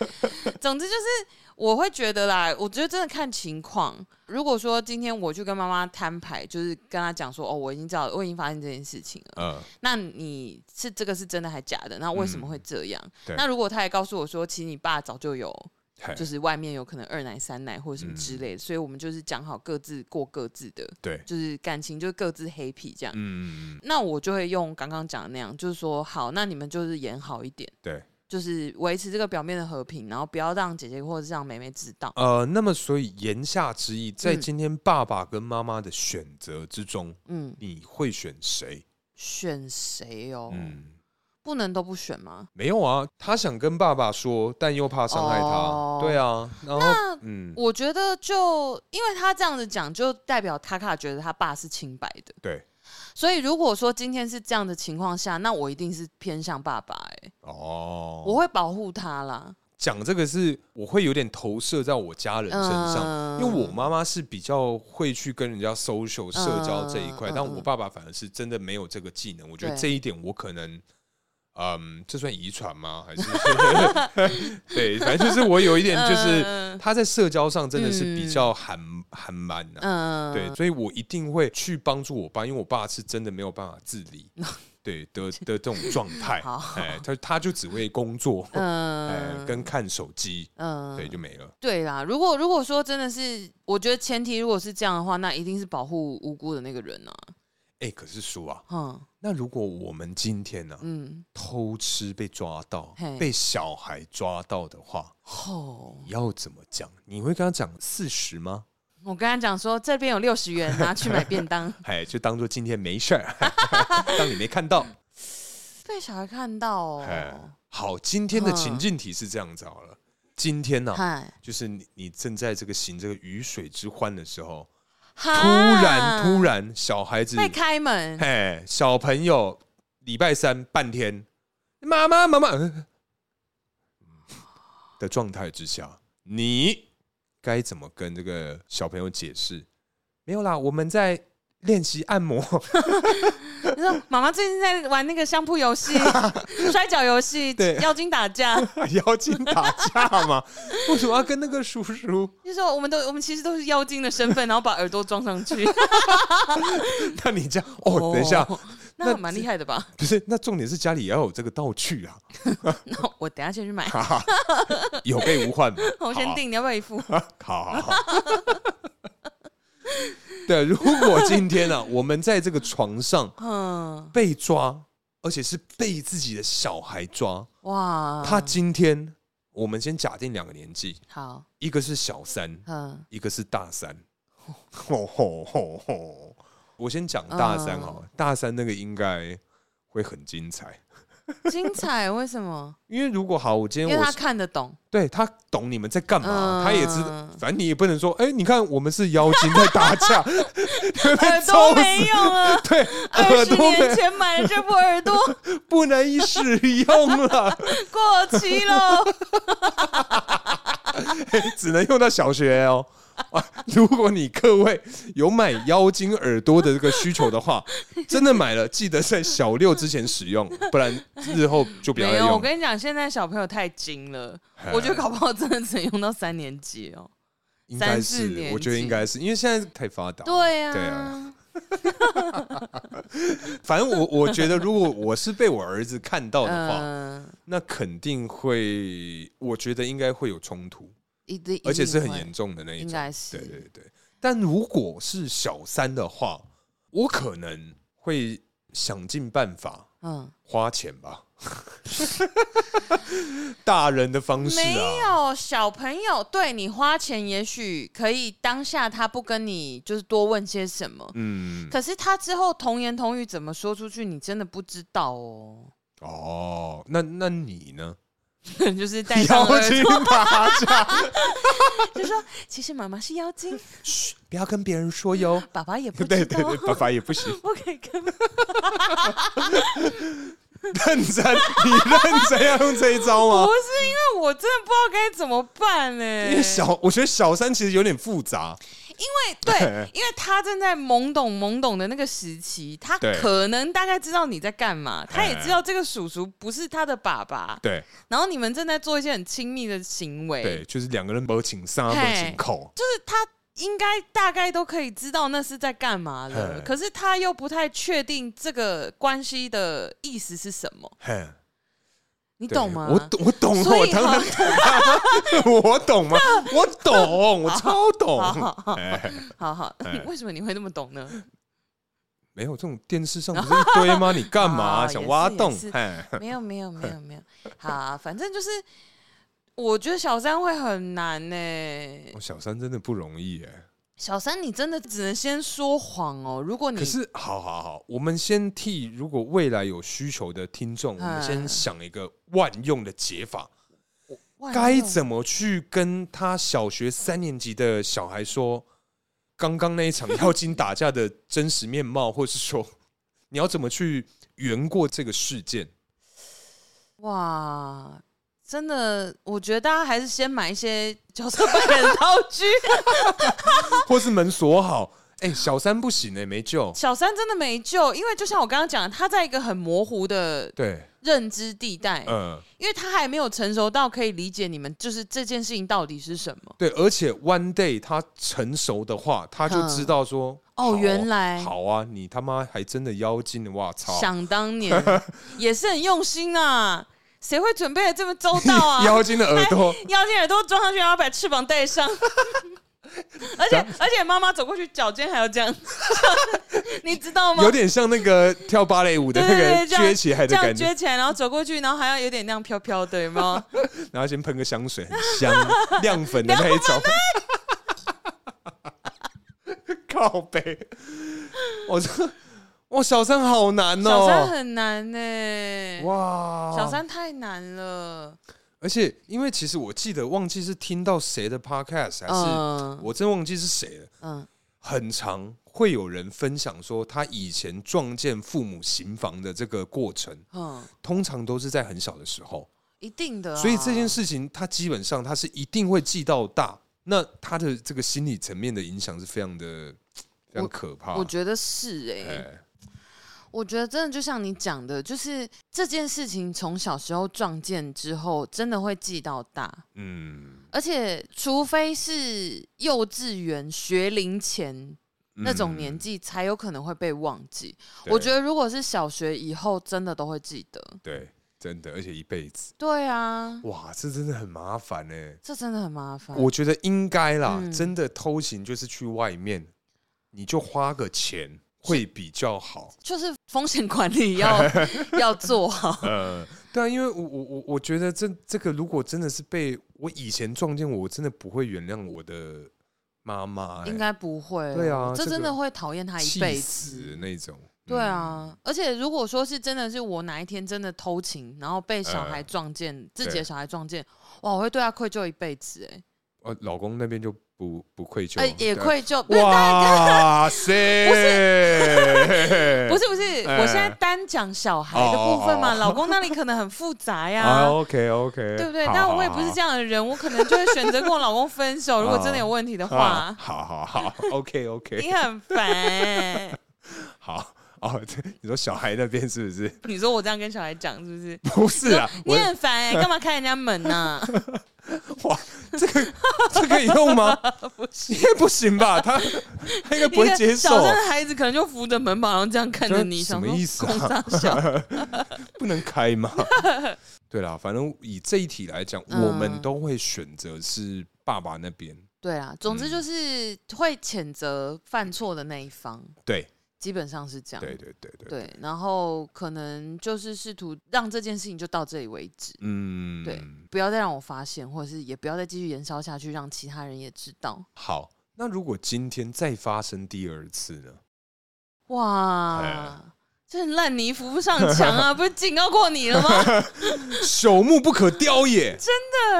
总之就是我会觉得啦，我觉得真的看情况。如果说今天我去跟妈妈摊牌，就是跟她讲说，哦，我已经知道，我已经发现这件事情了。嗯，那你是这个是真的还假的？那为什么会这样？对那如果他也告诉我说，其实你爸早就有，嘿嗯就是外面有可能二奶三奶或者什么之类的，所以我们就是讲好各自过各自的，对，就是感情就各自黑皮这样。嗯，那我就会用刚刚讲的那样，就是说好，那你们就是演好一点，对。就是维持这个表面的和平，然后不要让姐姐或者让妹妹知道。呃，那么所以言下之意，在嗯今天爸爸跟妈妈的选择之中，嗯，你会选谁？选谁哦？嗯，不能都不选吗？没有啊，他想跟爸爸说，但又怕伤害他。哦对啊，然后嗯，我觉得就因为他这样子讲，就代表塔卡觉得他爸是清白的。对，所以如果说今天是这样的情况下，那我一定是偏向爸爸、欸，哦，我会保护他啦。讲这个是我会有点投射在我家人身上。嗯因为我妈妈是比较会去跟人家 social 社交这一块，嗯嗯但我爸爸反而是真的没有这个技能。我觉得对这一点我可能，嗯，这算遗传吗？还是 对，反正就是我有一点就是嗯他在社交上真的是比嗯较含含蛮嗯啊，对，所以我一定会去帮助我爸，因为我爸是真的没有办法自理， 对的的这种状态嗯好，哎，他他就只会工作，哎，嗯跟看手机，嗯对，就没了。对啦。如果如果说真的是，我觉得前提如果是这样的话，那一定是保护无辜的那个人啊。哎，可是叔啊，嗯那如果我们今天呢嗯，偷吃被抓到嘿，被小孩抓到的话，吼、你要怎么讲？你会跟他讲四十吗？我跟他讲说这边有六十元，拿去买便当。 哎，就当做今天没事儿， 当你没 看到。哦被小孩看到哎哦，，好，今天的情嗯境题是这样子好了，今天呢、嗨就是你你正在这个行这个鱼水之欢的时候，突突然突然小孩子，被开门，哎，小朋友礼拜三半天，妈妈妈妈嗯的状态之下，你该怎么跟这个小朋友解释？没有啦，我们在练习按摩， 你说妈妈最近在玩那个相扑游 戏、摔跤游戏对、妖精打架，妖精打架嘛？为什么要跟那个叔叔？ 就说我们都我们其实都是妖精的身份，然后把耳朵装上 去。那你这样哦，等一下，哦，那那蛮厉害的吧？不是，那重点是家里也要有这个道具啊，那我等一下先去买，。有备无患嘛 我先订，你要不要一副？好啊。好好好。 对，如果今天啊， 我们在这个床上嗯，被抓，而且是被自己的小孩抓，哇，他今天我们先假定两个年纪，好，一个是小三，嗯一个是大 三。吼吼吼吼！我先讲大嗯三哈，大三那个应该会很精彩，精彩，为什么？因为如果好，我今因天为我他看得懂，对他懂你们在干嘛，嗯他也知道，反正你也不能说，哎、你看我们是妖精在打 架，你会被耳揍朵死，。没有了对，二哎 耳十朵年没前买的这副耳朵不能一使用了，过期了，哎只能用到小学哦。如果你各位有买妖精耳朵的这个需求的话，真的买了，记得在小六之前使用，不然日后就不要没再有，我用。跟你讲，现在小朋友太精了，我觉得搞不好真的只能用到三年级 哦。应该三四是年，级我觉得应该是因为现在太发达。对呀、对啊反正我我觉得，如果我是被我儿子看到的话，嗯，那肯定会，我觉得应该会有冲突，一定，而且是很重。严重的那一种。应该是对对对。但如果是小三的话，我可能会想尽办法嗯，花钱吧。 大人的方式没啊，有小朋友对你花钱，也许可以当下他不跟你就是多问些什么，嗯，可是他之后童言童语怎么说出去，你真的不知道哦。 哦，那那你呢？可能就是带 上邀耳请朵，大 家，就说其实妈妈是妖精，嘘，不要跟别人说哟。爸爸也不 对对知道，对，爸爸也不行。 不可以跟认真，你认真要用这一招吗不？是因为我真的不知道该怎么办呢、因为小，我觉得小三其实有点复杂。对，因为他正在懵懂懵懂的那个时期，他对可能大概知道你在干嘛，他也知道这个叔叔不是他的爸爸，对然后你们正在做一些很亲密的行为，对，就是两个人没请杀，嘿没请口。就是他应该大概都可以知道那是在干嘛了嘿，可是他又不太确定这个关系的意思是什么，嘿，你对懂吗？我懂，我懂，所我以当然懂啊，我懂吗？我懂，我超懂。好哎，好好哎，为什么你会那么懂呢？没有这种电视上不是一堆吗？你干哦嘛 想也挖是也洞？是嘿， 没有没有没有没有，好，啊反正就是，我觉得小三会很难呢、哦小三真的不容易哎。小三，你真的只能先说谎哦。如果你可是，好好好，我们先替如果未来有需求的听众，我们先嗯想一个万用的解法，万一该有怎么去跟他小学三年级的小孩说，刚刚那一场妖精打架的真实面貌，或是说你要怎么去圆过这个 事件？哇，真的，我觉得大家还是先买一些角色扮演的道具。 或是门锁好。哎、小三不行哎、没救。小三真的没救，因为就像我刚刚讲的，他在一个很模糊的对，认知地带，嗯，因为他还没有成熟到可以理解你们就是这件事情到底是什么。对，而且 one day 他成熟的话，他就知道说，哦好原来好啊，你他妈还真的妖精的，哇操！想当 年也是很用心啊，谁会准备的这么周到 啊？妖精的耳 朵，妖精耳朵装上去，然后把翅膀戴 上。而且而且，妈妈走过去，脚尖还要 这样，你知道吗？有点像那个跳芭蕾舞的对那对个对，这样撅起来的感这觉，样撅起来，然后走过去，然后还要有点那样飘飘的，有没 有？然后先喷个香水，很香 亮粉的那一种。 靠背，我这哇，小三好难小三哦，很难呢、哇，小三太难了。而且，因为其实我记得忘记是听到谁的 podcast，还是嗯我真忘记是谁了。嗯，很常会有人分享说，他以前撞见父母行房的这个过程，嗯，通常都是在很小的时候，一定的啊、所以这件事情他基本上他是一定会记到大。那他的这个心理层面的影响是非常的非常可怕。我觉得是哎、哎我觉得真的就像你讲的，就是这件事情从小时候撞见之后，真的会记到大。嗯，而且，除非是幼稚园学龄前那种嗯年，纪，才有可能会被忘记。对我觉得，如果是小学以后，真的都会记得。对，真的，而且一辈子，对啊，哇，这真的很麻烦呢、哎这真的很麻烦。我觉得应该啦，嗯真的偷情就是去外面，你就花个钱会比较好。就是风险管理 要要做好。呃，对啊，因为我我我我觉得这这个如果真的是被我以前撞见我，我真的不会原谅我的妈妈、欸，应该不会哦，对啊这这真的个会讨厌他一气辈死子。那种。对嗯，啊，而且如果说是真的是我哪一天真的偷情，然后被小孩呃撞见，自己对的小孩撞见，哇，我会对他愧疚一辈子哎。哦，老公那边就不不愧疚，呃，也对。啊愧疚。对哇塞！ 不是不是，哎我现在单讲小孩的部分嘛，哦哦哦老公那里可能很复杂啊呀， ，OK OK，对不对？那我也不是这样的人，我可能就会选择跟我老公分手，如果真的有问题的话，哦 好好好，OK OK，你很烦。欸好哦，这你说小孩那边是不是？你说我这样跟小孩讲是不是？不是啊，你我很烦哎、干嘛开人家门呢、 哇，这个这个用吗？应该不行吧？他他应该不会接受一个，小三的孩子可能就扶着门把，然后这样看着你，这想什么说意思啊公大 小不能开吗？ 对啦，反正以这一题来讲，嗯我们都会选择是爸爸那边。对啊，总之就是会谴责犯错的那一方，对基本上是这样。对对对对，对，然后可能就是试图让这件事情就到这里为止，嗯，对，不要再让我发现，或者是也不要再继续延烧下去，让其他人也知道。好。那如果今天再发生第二次呢？ 哎哇，这很烂泥扶不上墙 啊！不是警告过你了吗？朽木不可 雕也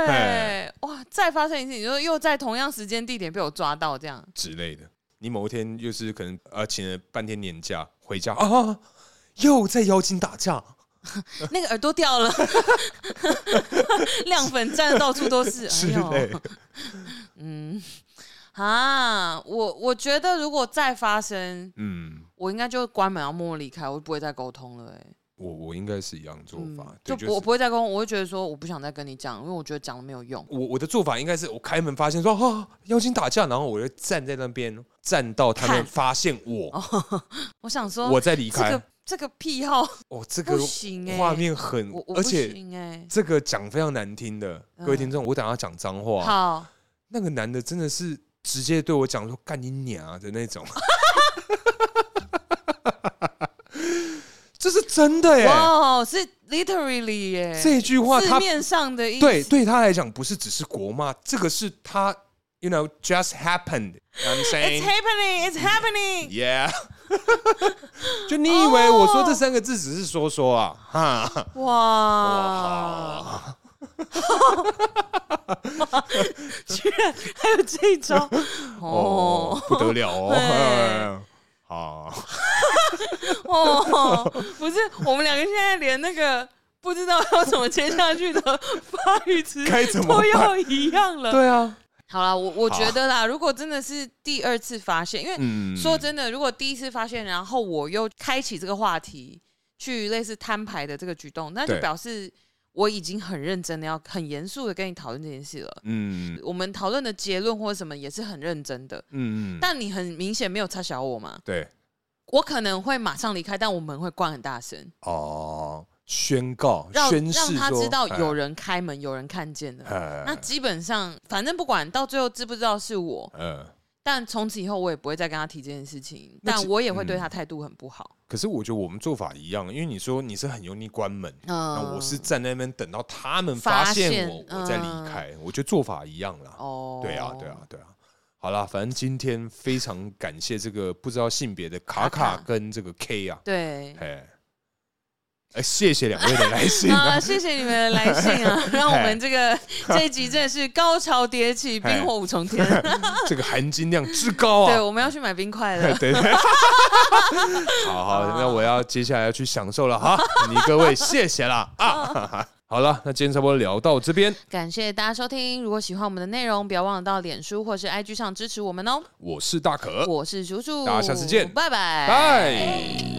对，哇，再发生一次，你就又在同样时间地点被我抓到，这样之类的。你某一天又是可能呃请了半天年假回家啊，又在妖精打哎架，那个耳朵掉了， 亮粉沾的到处都 是，之哎类呦，的嗯，啊，我我觉得如果再发生，嗯，我应该就关门，然后默默离开，我就不会再沟通了、哎，我我应该是一样做法，嗯就不对，就是我不会再沟通，我会觉得说我不想再跟你讲，因为我觉得讲了没有用。我我的做法应该是我开门发现说啊妖精打架，然后我就站在那边站到他们看发现我，我想说，我再离这开。个这个癖好，哦，这个不行哎、画面很我，我而不且行哎、这个讲非常难听的，嗯各位听众，我等下讲脏话。好，那个男的真的是直接对我讲说“干你娘”啊的那种， 这是真的耶！哇，是 literally 耶、这句话字他面上的意思，对对他来讲不是只是国骂，这个是他，you know just happened。I'm It's saying happening, it's happening. yeah 。就你以为我哦说这三个字只是说说啊？哈，哇， 居然还有这一招哦哦，不得了哦！ 对哎好， 哦！不是，我们两个现在连那个不知道要怎么接下去的发语词该怎么都办？要一样了。对啊，好啦，我我好觉得啦，如果真的是第二次发现，因为嗯，说真的，如果第一次发现，然后我又开启这个话题，去类似摊牌的这个举动，那就对表示我已经很认真的要很严肃的跟你讨论这件事了。嗯我们讨论的结论或者什么也是很认真的，嗯嗯，但你很明显没有插小我嘛，对。我可能会马上离开，但我门会关很大声，哦，宣告让呃宣让誓他说哎知道有人，人开门，有人看见了。呃那基本上，反正不管到最后知不知道是我，呃，但从此以后我也不会再跟他提这件事情，那但其我也会对嗯他态度很不好。可是我觉得我们做法一样，因为你说你是很用力关门，嗯那我是站在那边等到他们发发现现我，我再嗯离开。我觉得做法一样啦。哦，对啊，对啊，，对啊。好啦，反正今天非常感谢这个不知道性别的卡卡卡卡跟这个 K 啊，对。哎，哎，谢谢两位的来信啊，啊，谢谢你们的来信 啊，让我们这个这一集真的是高潮迭起，冰火五重 天。这个含金量之高 啊对，。我们要去买冰块了。 对对，好好，那我要接下来要去享受了 哈，你各位谢谢了啊。好了，那今天差不多聊到这边，感谢大家收听，如果喜欢我们的内容，不要忘了到脸书或是 IG 上支持我们哦。呃我是大可，我是叔叔，大家下次见拜拜，拜。